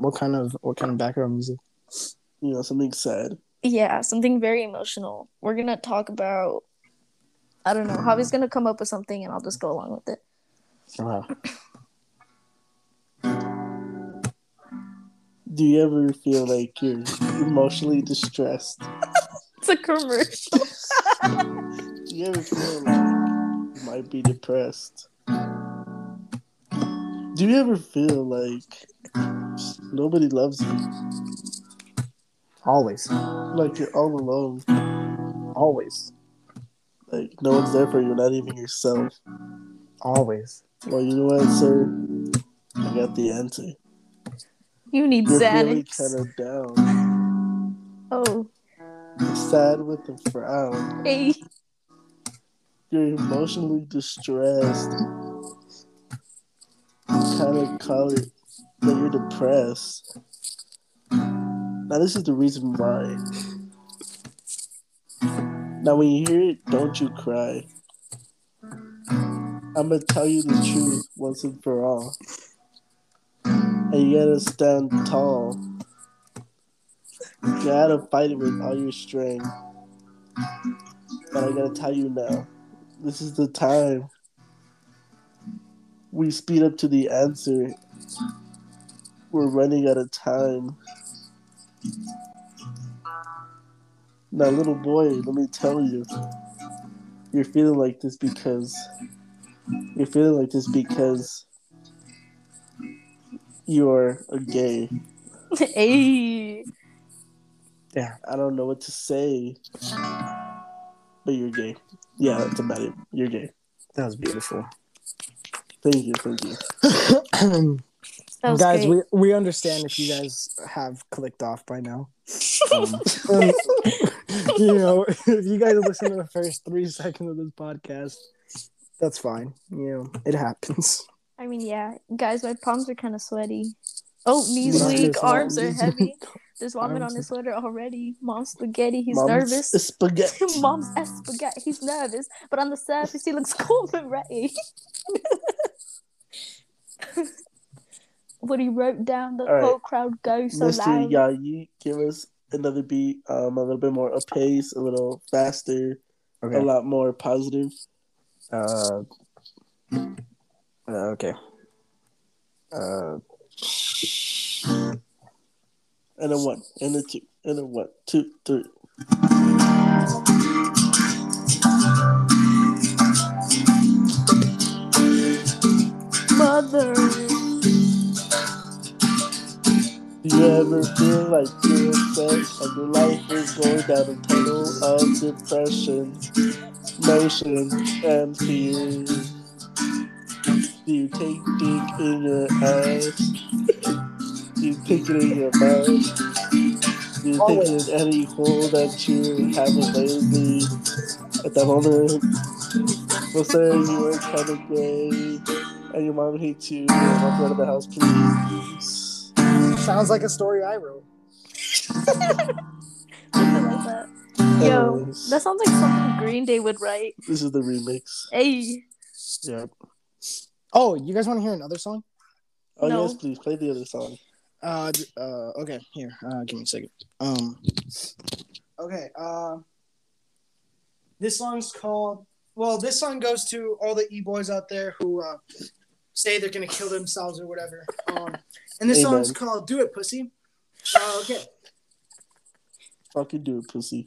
A: What kind of what kind of background music?
C: You know, something sad.
B: yeah, something very emotional. We're gonna talk about. I don't know. Hobby's gonna come up with something, and I'll just go along with it.
A: Wow.
C: Do you ever feel like you're emotionally distressed?
B: It's a commercial.
C: Do you ever feel like you might be depressed? Do you ever feel like nobody loves you?
A: Always,
C: Like you're all alone?
A: always,
C: Like no one's there for you, not even yourself?
A: always.
C: Well, you know what, sir? I got the answer.
B: You need
C: You're
B: Xanax.
C: feeling kind of down,
B: Oh,
C: sad with a frown.
B: hey,
C: You're emotionally distressed. Kind of call it that you're depressed. Now this is the reason why. Now when you hear it, don't you cry. I'm gonna tell you the truth once and for all. And you gotta stand tall. You gotta fight it with all your strength. But I gotta tell you now, this is the time. We speed up to the answer. We're running out of time. Now, little boy, let me tell you, you're feeling like this because you're feeling like this because you're a gay.
B: hey.
C: I don't know what to say, but you're gay. Yeah, that's about it. You're gay.
A: That was beautiful.
C: Thank you, thank you.
B: That was
A: guys,
B: great.
A: we we understand if you guys have clicked off by now. Um, um, you know, if you guys listen to the first three seconds of this podcast, that's fine. You know, it happens.
B: I mean, yeah, guys, my palms are kind of sweaty. Oh, knees
A: Yeah,
B: weak,
A: there's
B: arms are
A: arms.
B: heavy. There's vomit
A: Arms.
B: on his sweater already. Mom's spaghetti, he's
C: Mom's
B: nervous.
C: Spaghetti.
B: Mom's ass spaghetti, he's nervous. But on the surface, he looks calm and ready. what he wrote down, the
C: All right.
B: whole crowd goes so
C: Mr.
B: loud.
C: Yayi, give us another beat, um, a little bit more apace, a little faster, a
A: Okay.
C: lot more positive.
A: Uh, uh, okay. Uh,
C: And a one, and a two, and a one, two, three.
B: Mother.
C: Do you ever feel like you're upset and your life is going down a tunnel of depression, motion, and fear? Do you take dick in your ass? Do you take it in your mouth? Do you take it in any hole that you have lately? At the moment, well, sir, you are kind of gay, and your mom hates you. Your mom out of the house, please.
A: sounds like a story I wrote.
B: I like that. Yo,
C: Anyways,
B: that sounds like something Green Day would write.
C: this is the remix.
B: Hey,
C: Yeah.
A: Oh, you guys want to hear another song?
C: Oh
B: No.
C: yes, please play the other song.
A: Uh, d- uh, okay, here. Uh, give me a second. Um, okay. Uh, this song's called. Well, this song goes to all the e boys out there who uh, say they're gonna kill themselves or whatever. Um, and this
C: Hey,
A: song's
C: man.
A: called "Do It, Pussy." Uh, okay.
C: Fucking do it, pussy.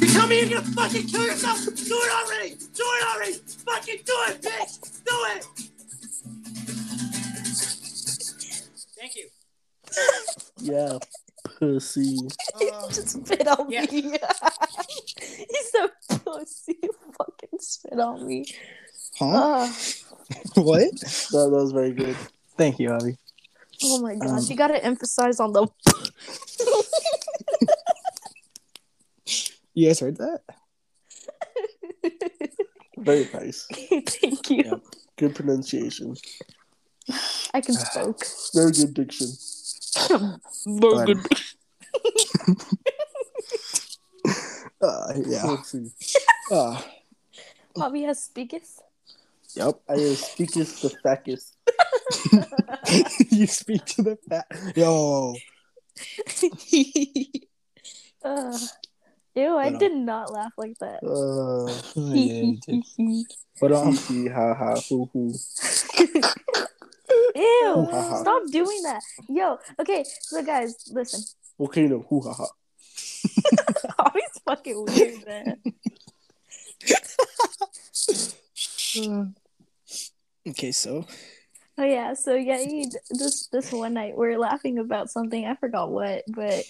D: You tell me you're gonna fucking kill yourself? Do it already! Do it already! Fucking do it, bitch! Do it! Thank you.
C: Yeah, pussy.
B: he
A: Uh,
B: just spit on
D: yeah.
B: me. He's so pussy. he Fucking spit on me.
A: huh?
B: Ah, Ugh.
A: what?
C: That, that was very good.
A: Thank you, Avi.
B: oh my gosh,
A: Um,
B: you gotta emphasize on the.
A: You guys heard that?
C: Very nice.
B: Thank you.
A: Yeah.
C: Good pronunciation.
B: I can spoke.
C: Very good diction.
A: Burger. uh, yeah.
C: Pussy.
A: Uh,
B: Bobby has speaketh.
A: yep.
C: I am speakest the fackest.
A: you speak to the fat. Yo.
B: uh, ew, I
A: But, uh,
B: did not laugh like that.
C: Uh,
A: But um,
C: hee hee ha ha hoo hoo.
B: Ew!
C: Haha.
B: Stop doing that. Yo, okay, so guys, listen.
C: Volcano hoo ha ha.
B: Always fucking weird, man.
A: okay, so
B: Oh yeah, so yeah, you- this this one night we are laughing about something. I forgot what, but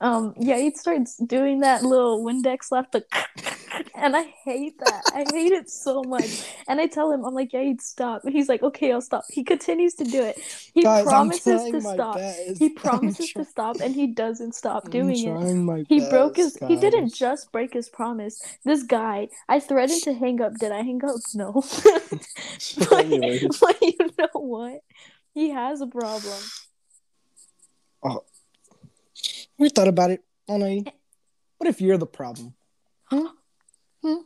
B: um, yeah, he starts doing that little Windex laugh, the and I hate that. I hate it so much. And I tell him, I'm like, yeah, he'd stop. And he's like, okay, I'll stop. He continues to do it. He
A: guys, I'm
B: promises
A: trying
B: to
A: my
B: stop.
A: Best.
B: He
A: I'm
B: promises
A: try-
B: to stop, and he doesn't stop
A: I'm
B: doing it.
A: trying my
B: He broke his.
A: best,
B: He
A: guys.
B: didn't just break his promise. This guy, I threatened to hang up. Did I hang up? No. but,
C: Anyways.
B: but you know what? He has a problem.
A: We thought about it, Anai. What if you're the problem?
B: Huh? Hmm?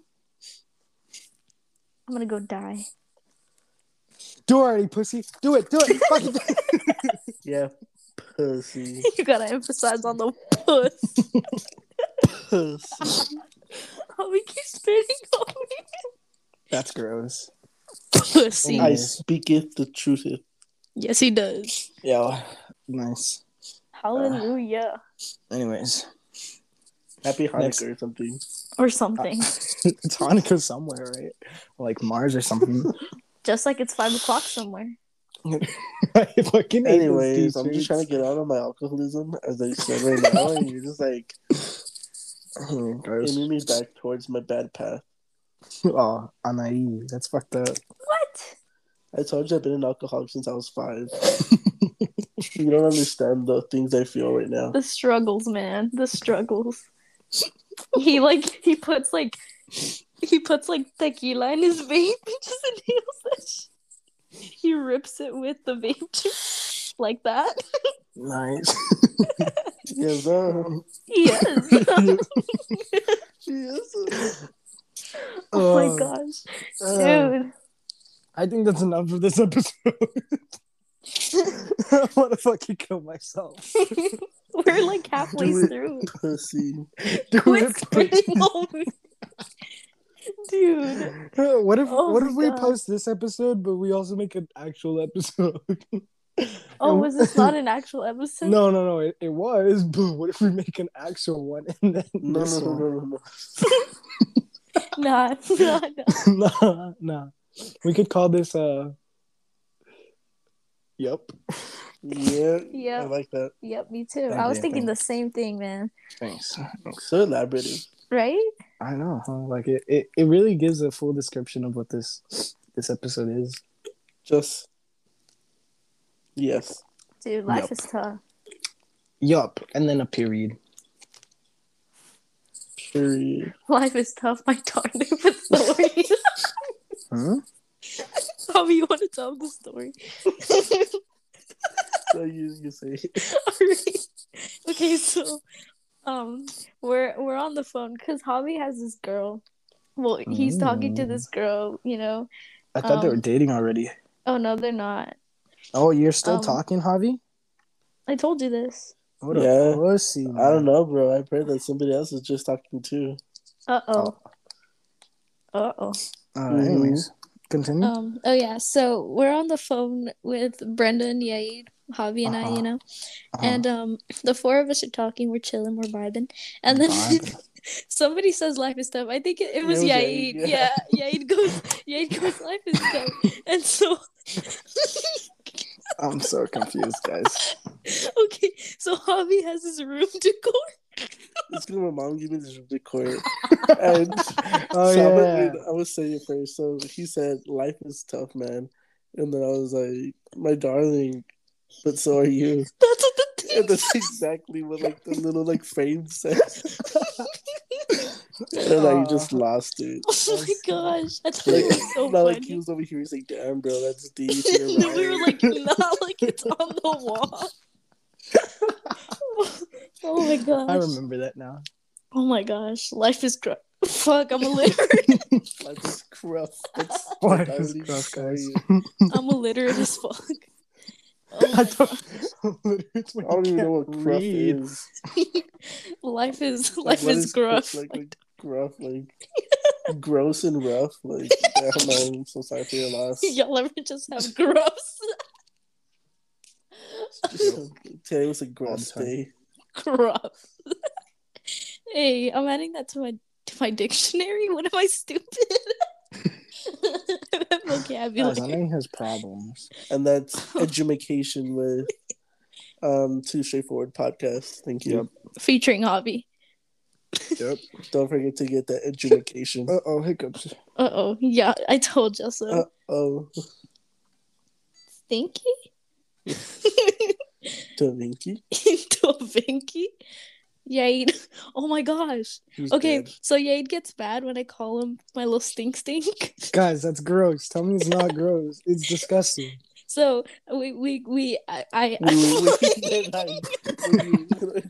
B: I'm gonna go die.
A: Do it already, pussy. Do it. Do it. Fucking do it.
C: Yeah, pussy.
B: You gotta emphasize on the puss.
C: Pussy.
B: Oh, we keep spitting on me.
A: That's gross.
B: Pussy.
A: Nice.
C: I speaketh the truth.
B: Yes, he does.
A: Yeah. Nice.
B: Hallelujah.
A: Anyways,
C: Happy Hanukkah
A: Next.
C: or something.
B: or something.
A: it's Hanukkah somewhere, right? Like Mars or something.
B: Just like it's five o'clock somewhere.
A: I fucking hate this
C: Anyways, I'm
A: dude.
C: just trying to get out of my alcoholism, as I said right now, and you're just like
A: Oh, gross.
C: aiming me back towards my bad path.
A: Oh, Anai, that's fucked up.
B: What?
C: I told you I've been an alcoholic since I was five. you don't understand the things I feel right now.
B: The struggles, man. The struggles. he like he puts like he puts like tequila in his vape. He just inhales that. Shit. He rips it with the vape juice like that.
A: Nice.
C: Yes, uh,
B: Yes.
C: yes.
B: oh my
A: Uh,
B: gosh,
A: Uh,
B: dude.
A: I think that's enough of this episode. I want to fucking kill myself.
B: We're like halfway
C: Do it.
B: through.
C: Pussy.
A: Dude,
B: Quit spitting on me, dude.
A: what if
B: Oh
A: what
B: my
A: if we
B: God.
A: post this episode, but we also make an actual episode?
B: Oh, was this not an actual episode?
A: no, no, no. It, it was, but what if we make an actual one and then
C: No,
A: this
C: no, no, no, no, no.
B: nah, nah, nah.
A: one? nah, nah. We could call this uh. Yep.
C: Yeah,
B: Yeah.
C: I like that.
B: Yep, me too.
A: Thank
B: I was
A: you,
B: thinking
A: thank
B: the same thing, man.
A: Thanks.
C: So elaborative.
B: Right?
A: I know. Huh? Like it, it, it really gives a full description of what this this episode is.
C: Just yes.
B: Dude, life
A: Yup.
B: is tough.
A: Yup, and then a period.
C: Period.
B: Life is tough, my darn if it's story.
A: Huh?
B: Tommy, you want to tell the story?
C: So you you say
B: Alright. Okay, so um we're we're on the phone because Javi has this girl. Well, he's talking to
A: Mm.
B: this girl, you know.
A: I thought they
B: Um,
A: were dating already.
B: Oh no, they're not.
A: Oh, you're still
B: um,
A: talking, Javi?
B: I told you this.
A: What a
C: Yeah.
A: pussy. Man.
C: I don't know, bro. I've heard that somebody else is just talking too.
B: Uh oh. Uh oh.
A: Uh,
C: Mhm.
A: Anyways, continue.
B: Um. Oh yeah. So we're on the phone with Brenda and Yair, Javi and I,
A: Uh-huh.
B: you know,
A: Uh-huh.
B: and um, the four of us are talking. We're chilling. We're vibing, and then
A: Vibing.
B: somebody says life is tough. I think it, it was,
C: was
B: Yair.
C: Yair,
B: Yeah.
C: yeah.
B: Yair goes. Yair goes. Life is tough, and so.
A: I'm so confused, guys.
B: okay, so Javi has his room decor.
C: It's because my mom gave me this record. and
A: Oh,
C: so I'm gonna-
A: yeah.
C: I was saying it first. So he said, "Life is tough, man," and then I was like, "My darling," but so are you.
B: That's what the
C: And
B: thing.
C: that's exactly what like the little like frame says. and I just lost it.
B: Oh my gosh, I thought
C: Like,
B: it was so
C: not like he
B: funny.
C: was over here. He's like, "Damn, bro, that's deep."
B: And
C: You're
B: then we were
C: right."
B: like, not like it's on the wall. oh my gosh.
A: I remember that now.
B: Oh my gosh, life is cr- fuck. I'm a literate.
C: "Life is rough." That's
A: Life
C: I
A: is
C: really
A: rough,
C: saw
A: guys.
C: you.
B: I'm a literate as fuck. Oh
A: I
B: my
A: don't, It's when
C: I don't
A: you
C: even know
A: can't
C: what gruff
A: read.
C: is.
B: life is
C: Like,
B: life
C: what
B: is gruff.
C: Like, like gruff, like gross and rough. Like, damn, man, I'm so sorry for your loss.
B: Y'all ever just have gross,
C: Today was a gross
A: I'm sorry.
C: day.
B: gruff? hey, I'm adding that to my to my dictionary. What am I stupid? I have
A: Guys, I
B: Vocabulary.
A: know he has problems.
C: And that's edumacation with um two straightforward podcasts. Thank you.
B: Featuring hobby.
A: Yep.
C: Don't forget to get that edumacation.
A: Uh oh, hiccups.
B: Uh oh. Yeah, I told you so.
C: Uh oh,
B: Stinky?
C: Da Vinci.
B: Into a Vinky? Yade. Oh my gosh.
C: He's
B: Okay,
C: dead.
B: so Yade gets bad when I call him my little stink stink.
A: Guys, that's gross. Tell me it's not gross. It's disgusting.
B: So we we we I I,
A: Mm-hmm.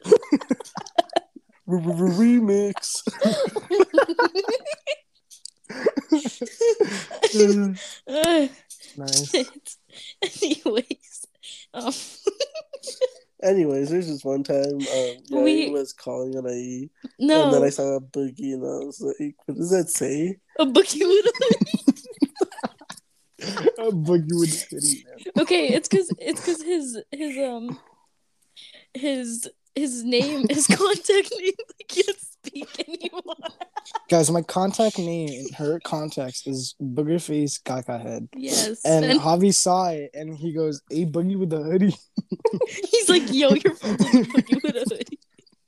C: Remix.
B: Ugh,
A: nice.
B: shit. Anyways, um,
C: Anyways, there's this one time um, yeah,
B: We-
C: he was calling on IE, and then
B: no,
C: I saw a boogie, and I was like, "What does that say?"
B: a bookie little.
A: A boogie with city, man.
B: Okay, it's cause it's cause his his um his his name his contact name I can't speak anymore.
A: Guys, my contact name in her contacts is Boogerface Kaka Head.
B: Yes,
A: And,
B: and,
A: Javi saw it and he goes, A boogie with the hoodie.
B: he's like, "Yo, you're friends with a bookie with a hoodie."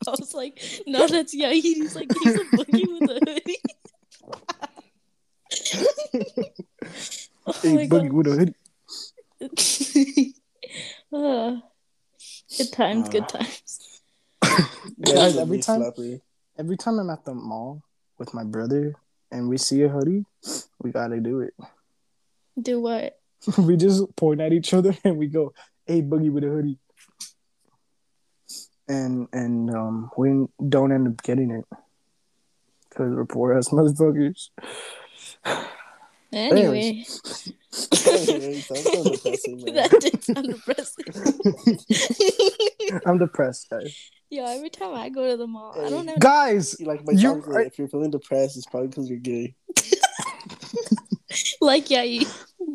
B: I was like, "No, that's Yair." He's like, "He's a bookie with a hoodie." oh
A: A
B: my god.
A: boogie with a hoodie.
B: uh, good times,
A: Ah.
B: good times.
A: Guys,
C: Yeah,
A: every
C: me
A: time-
C: Flapper.
A: Every time I'm at the mall with my brother and we see a hoodie, we gotta do it.
B: Do what?
A: we just point at each other and we go, "Hey, boogie with a hoodie," and and um, we don't end up getting it because we're poor ass motherfuckers.
B: Anyway,
C: Anyways, that sounds depressing, man.
B: that did sound depressing.
A: I'm depressed, guys.
B: Yo, every time I go to the mall, I don't know.
A: guys,
C: You like my
A: You-
C: songs, like, if you're feeling depressed, it's probably because you're gay.
B: Like, yeah, you,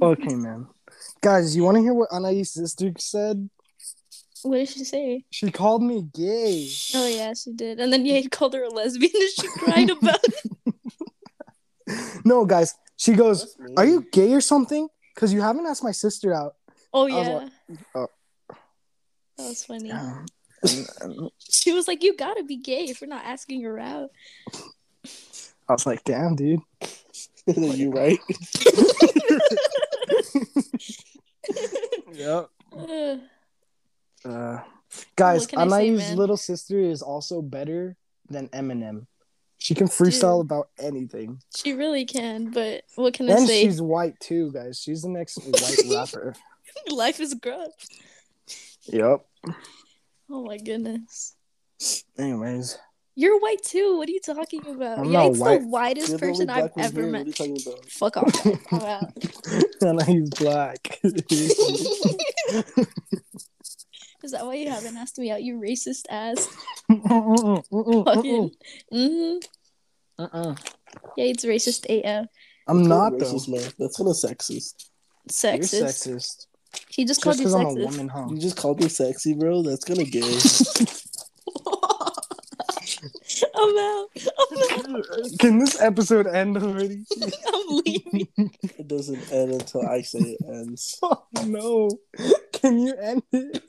A: okay, man. Guys, you want to hear what Anais' sister said?
B: what did she say?
A: She called me gay.
B: Oh yeah, she did. And then yeah, he called her a lesbian, and she cried about it.
A: No, guys, she goes,
C: That's me.
A: "Are you gay or something?" Because you haven't asked my sister out.
B: Oh
A: was
B: yeah,
A: oh.
B: that was funny.
A: Yeah.
B: She was like, "You gotta be gay if we're not asking her out."
A: I was like, "Damn, dude."
C: you right?
A: Yep.
B: Ugh.
A: Uh, guys,
B: can I say,
A: Anais'
B: man?
A: little sister is also better than Eminem. She can freestyle about anything,
B: she really can, but what can I
A: and
B: say?
A: she's white too, guys. She's the next white rapper.
B: Life is gruff.
A: Yep.
B: Oh my goodness.
A: Anyways,
B: You're white too. What are you talking about?
A: I'm
B: yeah,
A: not
B: it's
A: white.
B: the whitest
C: You're the only
B: person I've
C: black one
B: ever
C: here.
B: met.
C: What are you talking about?
B: Fuck off. I'm out.
A: and he's black.
B: Is that why you haven't asked me out, you racist ass? Fucking.
A: Fucking.
B: hmm Yeah, it's racist AF.
A: I'm not
C: That's
A: though.
C: racist, man. That's kind of sexist.
A: You're
B: Sexist.
A: sexist.
B: He just called
A: Just
B: you
A: because I'm a
B: sexist.
A: woman, huh?
C: You just called me sexy, bro. That's kind of gay.
B: I'm out. I'm out.
A: Can this episode end already?
B: I'm leaving.
C: it doesn't end until I say it ends.
A: Oh no! Can you end it?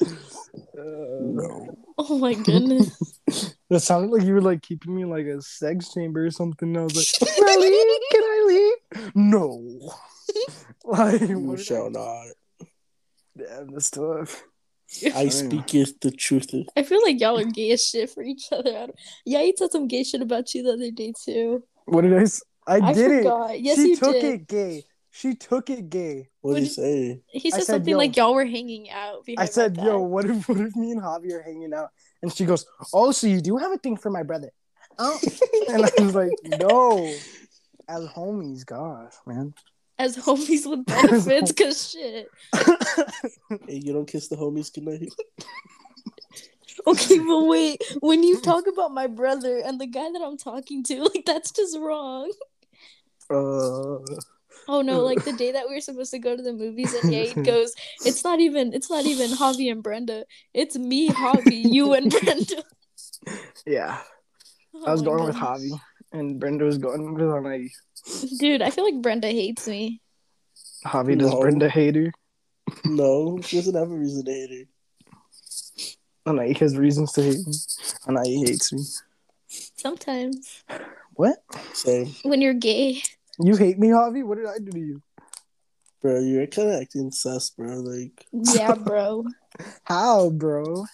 A: Uh,
C: No.
B: Oh my goodness.
A: that sounded like you were like keeping me in like a sex chamber or something. And I was like, really? Can I leave? No. like,
C: You
A: what-
C: shall not.
A: Damn, this tough.
C: I speaketh the truth.
B: I feel like y'all are gay as shit for each other. I don't- Yeah, he said some gay shit about you the other day too.
A: What did I? s- I
B: I
A: did it.
B: forgot. Yes,
A: she
B: you
A: took
B: did.
A: it gay. She took it gay.
C: What do you
B: What-
C: say?
B: He
A: I
B: said,
A: said,
B: something
A: "Yo."
B: like y'all were hanging out.
A: I
B: behind my
A: said,
B: back.
A: "Yo, what if what if me and Javi are hanging out?" And she goes, "Oh, so you do have a thing for my brother?" Oh, and I was like, "No." As homies, gosh, man.
B: as homies with benefits, cause shit.
C: Hey, you don't kiss the homies goodnight.
B: Okay, but wait, when you talk about my brother and the guy that I'm talking to, like that's just wrong.
A: Uh,
B: Oh no, like the day that we were supposed to go to the movies and Yade goes, It's not even it's not even Javi and Brenda. It's me, Javi, you and Brenda.
A: yeah,
B: Oh
A: I was
B: my
A: going with
B: goodness.
A: Javi, and Brenda was going with Anai.
B: Oh, Dude, I feel like Brenda hates me.
A: Javi does
C: No.
A: Brenda hate her.
C: No, she doesn't have a reason to hate her.
A: Anai has reasons to hate me. Anai hates me.
B: Sometimes.
A: What?
C: Same,
B: When you're gay.
A: You hate me, Javi? What did I do to you?
C: bro. You're kind of acting sus, bro. Like,
B: Yeah, bro.
A: How, bro?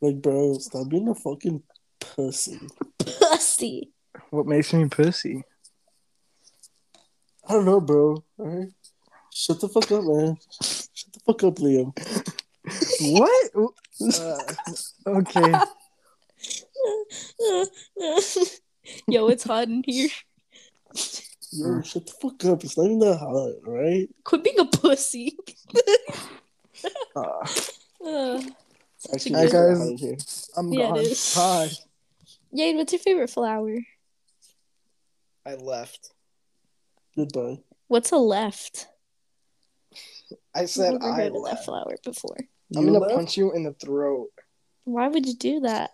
C: like, bro, stop being a fucking pussy.
B: Pussy.
A: What makes me pussy?
C: I don't know, bro. All right, shut the fuck up, man. Shut the fuck up, Liam.
A: what? Uh, okay.
B: Yo, it's hot in here.
C: Yo, shut the fuck up. It's not even that hot, all right?
B: Quit being a pussy.
A: Uh,
B: Ugh. Such a
C: Actually,
A: Hi,
B: good
C: it's not
A: guys.
C: hot in here.
A: I'm
B: Yeah, it
A: gone.
B: is.
A: Hi.
B: Yade, what's your favorite flower?
A: I left.
C: Goodbye.
B: What's a left?
A: I
B: I've
A: said
B: never
A: I
B: heard of
A: left.
B: that flower before.
A: I'm
C: You
A: gonna
C: left?
A: punch you in the throat.
B: Why would you do that?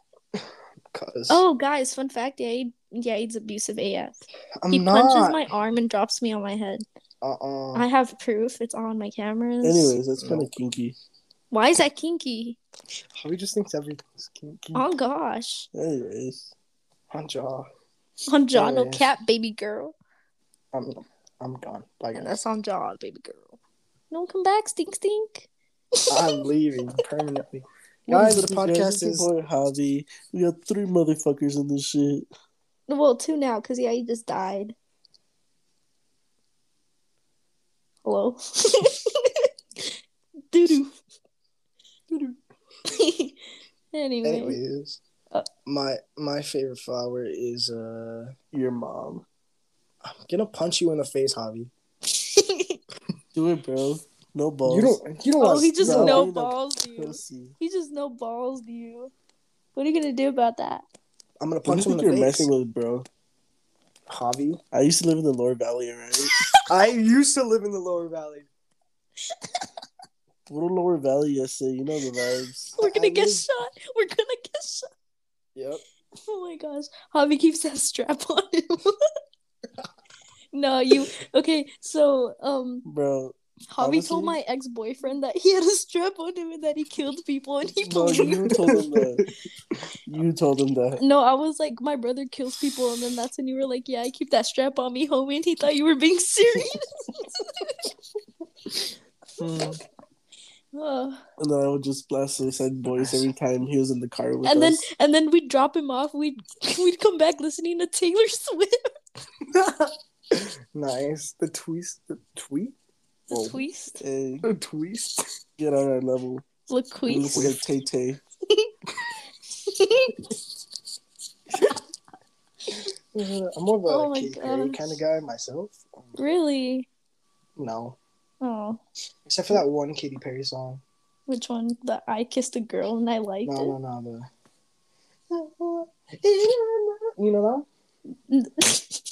A: Cause
B: Oh, guys, fun fact: Yade, Yade's abusive AF.
A: I'm
B: he
A: not.
B: punches my arm and drops me on my head.
A: uh-uh.
B: I have proof; it's on my cameras.
C: Anyways, that's kind of kinky.
B: Why is that kinky?
A: Javi just thinks everything's kinky.
B: Oh gosh,
C: Anyways,
A: Punch off.
B: on John, no
A: Anyways.
B: cap, baby girl.
A: I'm, I'm gone. Bye,
B: And
A: guys.
B: that's on John, baby girl. No, come back, stink, stink.
A: I'm leaving permanently.
C: What
A: Guys,
C: is
A: the
C: up, you
A: podcast
C: It's
A: is.
C: your boy Javi. We got three motherfuckers in this shit.
B: Well, two now, cause yeah, he just died. Hello. Doo doo. Doo doo. Anyway.
A: Anyways,
B: Uh.
A: my my favorite flower is. uh
C: Your mom.
A: I'm gonna punch you in the face, Javi.
C: Do it, bro. No balls.
A: You don't. You don't.
B: oh,
A: want-
B: he just
A: no.
B: no
C: you know,
B: balls you.
C: Pussy.
B: He just no balls you. What are you gonna do about that?
A: I'm gonna
C: What do you
A: punch him
C: think
A: in
C: you're
A: the face,
C: messing with, bro?
A: Javi.
C: I used to live in the lower valley, right?
A: I used to live in the Lower Valley.
C: Little lower valley yesterday, you know the vibes.
B: We're gonna
A: I
B: get
A: live-
B: shot. We're gonna get shot.
A: Yep.
B: Oh my gosh. Javi keeps that strap on him. no, you okay, so um
C: Bro,
B: Javi told
C: Honestly?
B: my ex boyfriend that he had a strap on him and that he killed people and he
C: no,
B: believed
C: you told him that. You told him that.
B: No, I was like, my brother kills people, and then that's when you were like, yeah, I keep that strap on me, homie, and he thought you were being serious. Ugh.
C: And then I would just blast Suicide Boys every time he was in the car with
B: and then
C: us.
B: and then we'd drop him off. We'd we'd come back listening to Taylor Swift.
A: Nice. The twist. The tweet.
B: The
C: Whoa.
B: twist,
C: Hey,
A: The twist.
C: get on our level.
B: LaQuist.
C: Listen to Tay Tay.
A: Mm-hmm. I'm more of a
B: Oh my
A: Katy Perry
B: gosh.
A: kind of guy myself. Um,
B: Really?
A: No,
B: Oh,
A: except for that one Katy Perry song.
B: which one? The I kissed a girl and I liked
A: No, no, no, the. You know that? one?
B: it.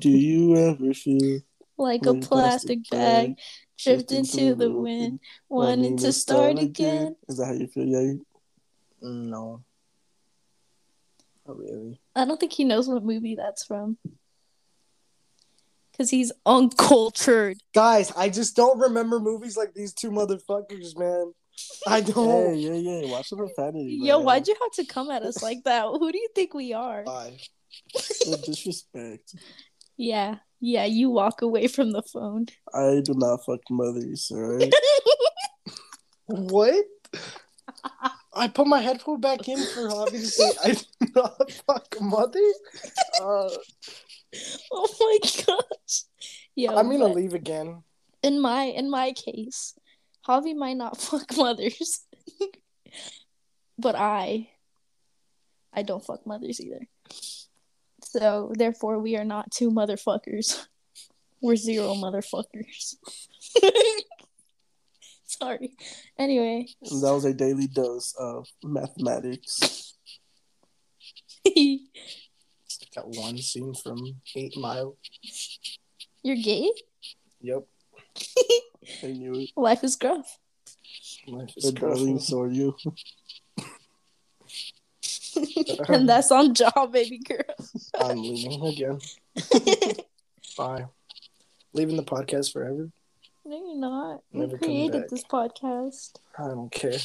C: Do you ever feel
B: like a
C: One
B: plastic
C: plastic
B: bag
C: bag
B: drift into the wind, wanting to start again.
C: Is that how you feel? Yeah. you-
A: No. Not really.
B: I don't think he knows what movie that's from. Because he's uncultured.
A: Guys, I just don't remember movies like these two motherfuckers, man. I
C: Yeah,
A: don't.
C: yeah, yeah. Watch the profanity.
B: Oh. Yo, why'd you have to come at us like that? Who do you think we are?
A: Bye.
C: The disrespect.
B: Yeah, yeah, you walk away from the phone.
C: I do not fuck mothers, alright?
A: What? I put my headphone back in for obviously I did not fuck mothers. Uh,
B: oh my gosh. Yo,
A: I'm gonna
B: but
A: leave again.
B: in my in my case, Javi might not fuck mothers. but I I don't fuck mothers either. So therefore we are not two motherfuckers. We're zero motherfuckers. Sorry. Anyway,
C: And that was a daily dose of mathematics.
B: you're
A: That one scene from Eight Mile.
B: gay?
A: Yep.
C: I knew it.
B: Life is gruff.
A: Life is
C: The darling,
A: girlfriend.
C: so are you.
B: and that's on job, baby girl.
A: I'm leaving again. Bye. Leaving the podcast forever.
B: No, you're not.
A: Never come
B: we created
A: back.
B: this podcast.
A: I don't care.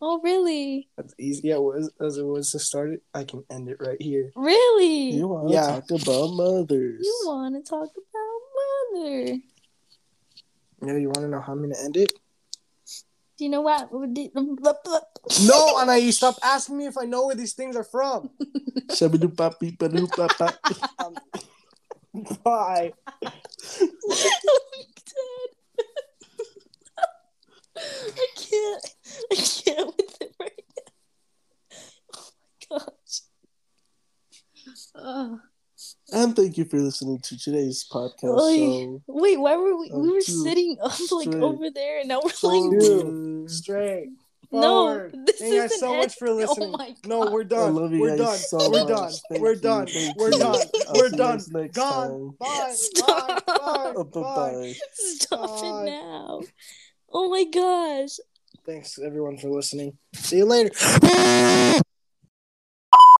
B: Oh, really?
A: As easy it was as it was to start it, I can end it right here.
B: Really?
C: You
B: You,
C: want to
A: Yeah.
C: talk about mothers.
B: want to talk about mother? Do
A: Yeah, you want to know how I'm gonna end it?
B: you know what? We did- blah, blah.
A: No, Anai, stop asking me if I know where these things are from.
C: Shabadoo-ba-beep-ba-doo-ba-ba.
A: Bye.
B: I can't. I can't with it right now. Oh my gosh. Ugh.
C: and thank you for listening to today's podcast
B: Oy.
C: show.
B: wait, why were we? we
A: um,
C: Oh,
B: were
C: true.
B: sitting up like
C: True.
B: over there, and now we're like,
A: Dude, straight.
B: no.
A: Forward.
B: This
A: Thank you guys
B: isn't
A: so much for
B: it.
A: listening.
B: Oh my god.
A: No, we're
C: I
A: done.
C: love you
A: We're
C: guys
A: done.
C: so
A: we're
C: much.
A: done.
C: Thank
A: we're
C: you.
A: done.
C: Thank
A: We're
C: you.
A: done.
C: I'll
A: We're
C: see
A: done.
C: you next
A: Gone.
C: time.
A: Bye.
B: Stop.
A: Bye.
C: Uh,
A: Bye. Bye.
C: Bye-bye.
B: Stop
A: God.
B: it now. Oh my gosh.
A: Thanks everyone for listening. See you later.